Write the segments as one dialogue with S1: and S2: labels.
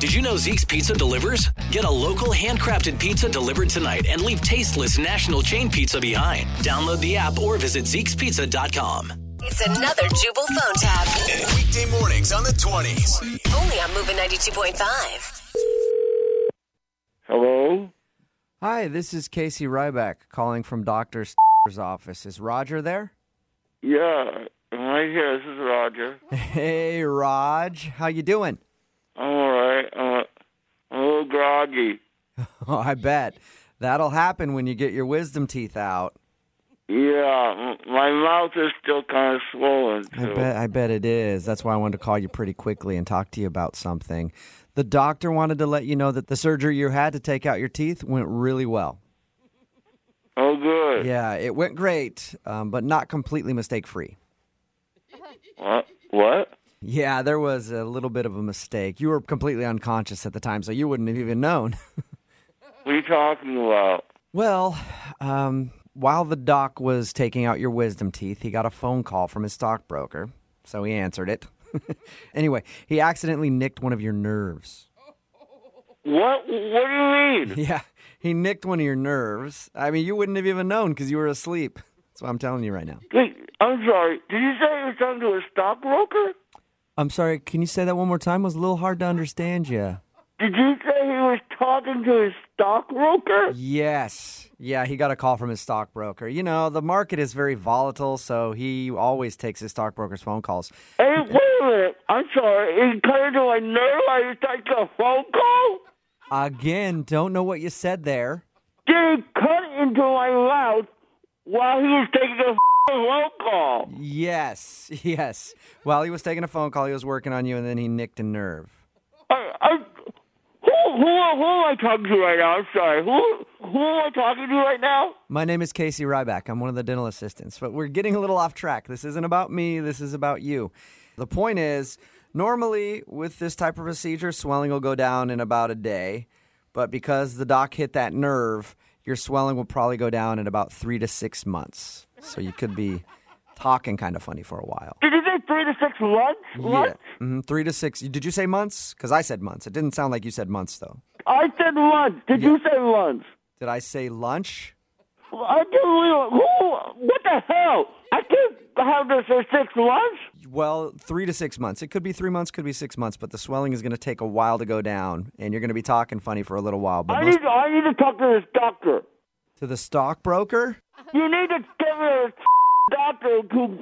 S1: Did you know Zeke's Pizza delivers? Get a local handcrafted pizza delivered tonight and leave tasteless national chain pizza behind. Download the app or visit Zeke'sPizza.com.
S2: It's another Jubal phone tab.
S3: Weekday mornings on the 20s.
S2: Only on Moving 92.5.
S4: Hello?
S5: Hi, this is Casey Ryback calling from Dr. office. Is Roger there?
S4: Yeah, right here. This is Roger.
S5: Hey, Raj. How you doing?
S4: I'm all right. Uh, I'm a little groggy.
S5: Oh, I bet. That'll happen when you get your wisdom teeth out.
S4: Yeah, m- my mouth is still kind of swollen.
S5: I
S4: too.
S5: bet I bet it is. That's why I wanted to call you pretty quickly and talk to you about something. The doctor wanted to let you know that the surgery you had to take out your teeth went really well.
S4: Oh, good.
S5: Yeah, it went great, um, but not completely mistake free.
S4: What? What?
S5: Yeah, there was a little bit of a mistake. You were completely unconscious at the time, so you wouldn't have even known.
S4: What are you talking about?
S5: Well, um, while the doc was taking out your wisdom teeth, he got a phone call from his stockbroker, so he answered it. anyway, he accidentally nicked one of your nerves.
S4: What? What do you mean?
S5: Yeah, he nicked one of your nerves. I mean, you wouldn't have even known because you were asleep. That's what I'm telling you right now.
S4: Wait, I'm sorry. Did you say you were talking to a stockbroker?
S5: I'm sorry, can you say that one more time? It was a little hard to understand you.
S4: Did you say he was talking to a stockbroker?
S5: Yes. Yeah, he got a call from his stockbroker. You know, the market is very volatile, so he always takes his stockbroker's phone calls.
S4: Hey, wait a minute. I'm sorry. He cut into my nerve while you taking a phone call?
S5: Again, don't know what you said there.
S4: Did he cut into my mouth while he was taking a phone call?
S5: Yes, yes. While he was taking a phone call, he was working on you, and then he nicked a nerve.
S4: I, I, who, who, who am I talking to right now? I'm sorry. Who, who am I talking to right now?
S5: My name is Casey Ryback. I'm one of the dental assistants, but we're getting a little off track. This isn't about me, this is about you. The point is, normally with this type of procedure, swelling will go down in about a day, but because the doc hit that nerve, your swelling will probably go down in about three to six months. So you could be talking kind of funny for a while.
S4: Did you say three to six months? What?
S5: Yeah. Mhm, Three to six. Did you say months? Because I said months. It didn't sound like you said months, though.
S4: I said months. Did you say months?
S5: Did I say lunch?
S4: I can't believe Who? What the hell? I can't have this for six months?
S5: Well, three to six months. It could be three months, could be six months, but the swelling is going to take a while to go down, and you're going to be talking funny for a little while. But
S4: I
S5: most-
S4: need, I need to talk to this doctor.
S5: to the stockbroker,
S4: You need to give me a doctor who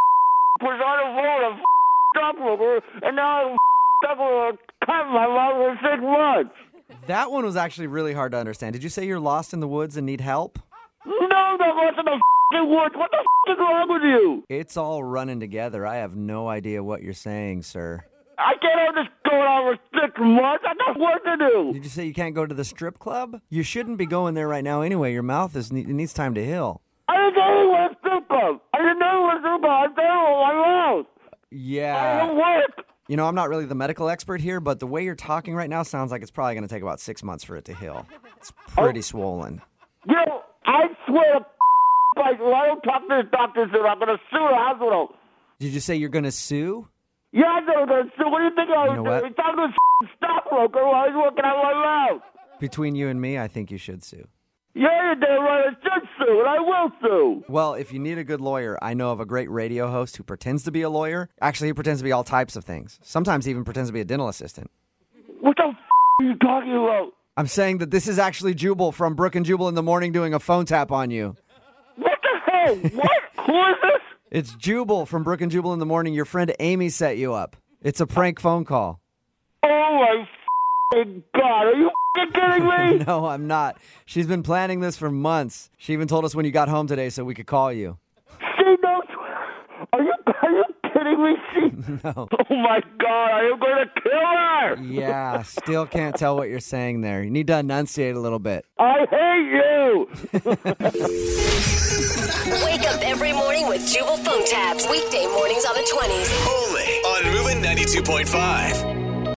S4: was on a roll of stockbroker, and now I'm stockbroker cut my mouth for six months.
S5: that one was actually really hard to understand. Did you say you're lost in the woods and need help?
S4: No, that wasn't a f***ing word. What the f*** is wrong with you?
S5: It's all running together. I have no idea what you're saying, sir.
S4: I can't have this going on for six months. I don't know what to do.
S5: Did you say you can't go to the strip club? You shouldn't be going there right now anyway. Your mouth is it needs time to heal.
S4: I didn't know he was strip club. I didn't know he was strip club. I said it with my mouth. I
S5: Yeah.
S4: don't work.
S5: You know, I'm not really the medical expert here, but the way you're talking right now sounds like it's probably going to take about six months for it to heal. It's pretty swollen.
S4: You know, I swear to like, if I don't talk to this doctor soon, I'm going to sue the hospital.
S5: Did you say you're going to sue?
S4: Yeah, I know that. So what do you think I was
S5: know
S4: doing?
S5: what?
S4: You're talking to this stockbroker while he's working out my mouth.
S5: Between you and me, I think you should sue.
S4: Yeah, you're damn right. I should sue, and I will sue.
S5: Well, if you need a good lawyer, I know of a great radio host who pretends to be a lawyer. Actually, he pretends to be all types of things. Sometimes he even pretends to be a dental assistant.
S4: What the f- are you talking about?
S5: I'm saying that this is actually Jubal from Brook and Jubal in the morning doing a phone tap on you.
S4: What the hell? What? Who is this?
S5: It's Jubal from Brook and Jubal in the morning. Your friend Amy set you up. It's a prank phone call.
S4: Oh my f***ing god! Are you f***ing kidding me?
S5: No, I'm not. She's been planning this for months. She even told us when you got home today so we could call you.
S4: she knows. Are you are you kidding me? She.
S5: No.
S4: Oh my god! I am going to kill her.
S5: Yeah, still can't tell what you're saying there. You need to enunciate a little bit.
S4: I hate you.
S2: Wake up every morning with Jubal phone tabs. Weekday mornings on the 20s.
S3: Only on Moving 92.5.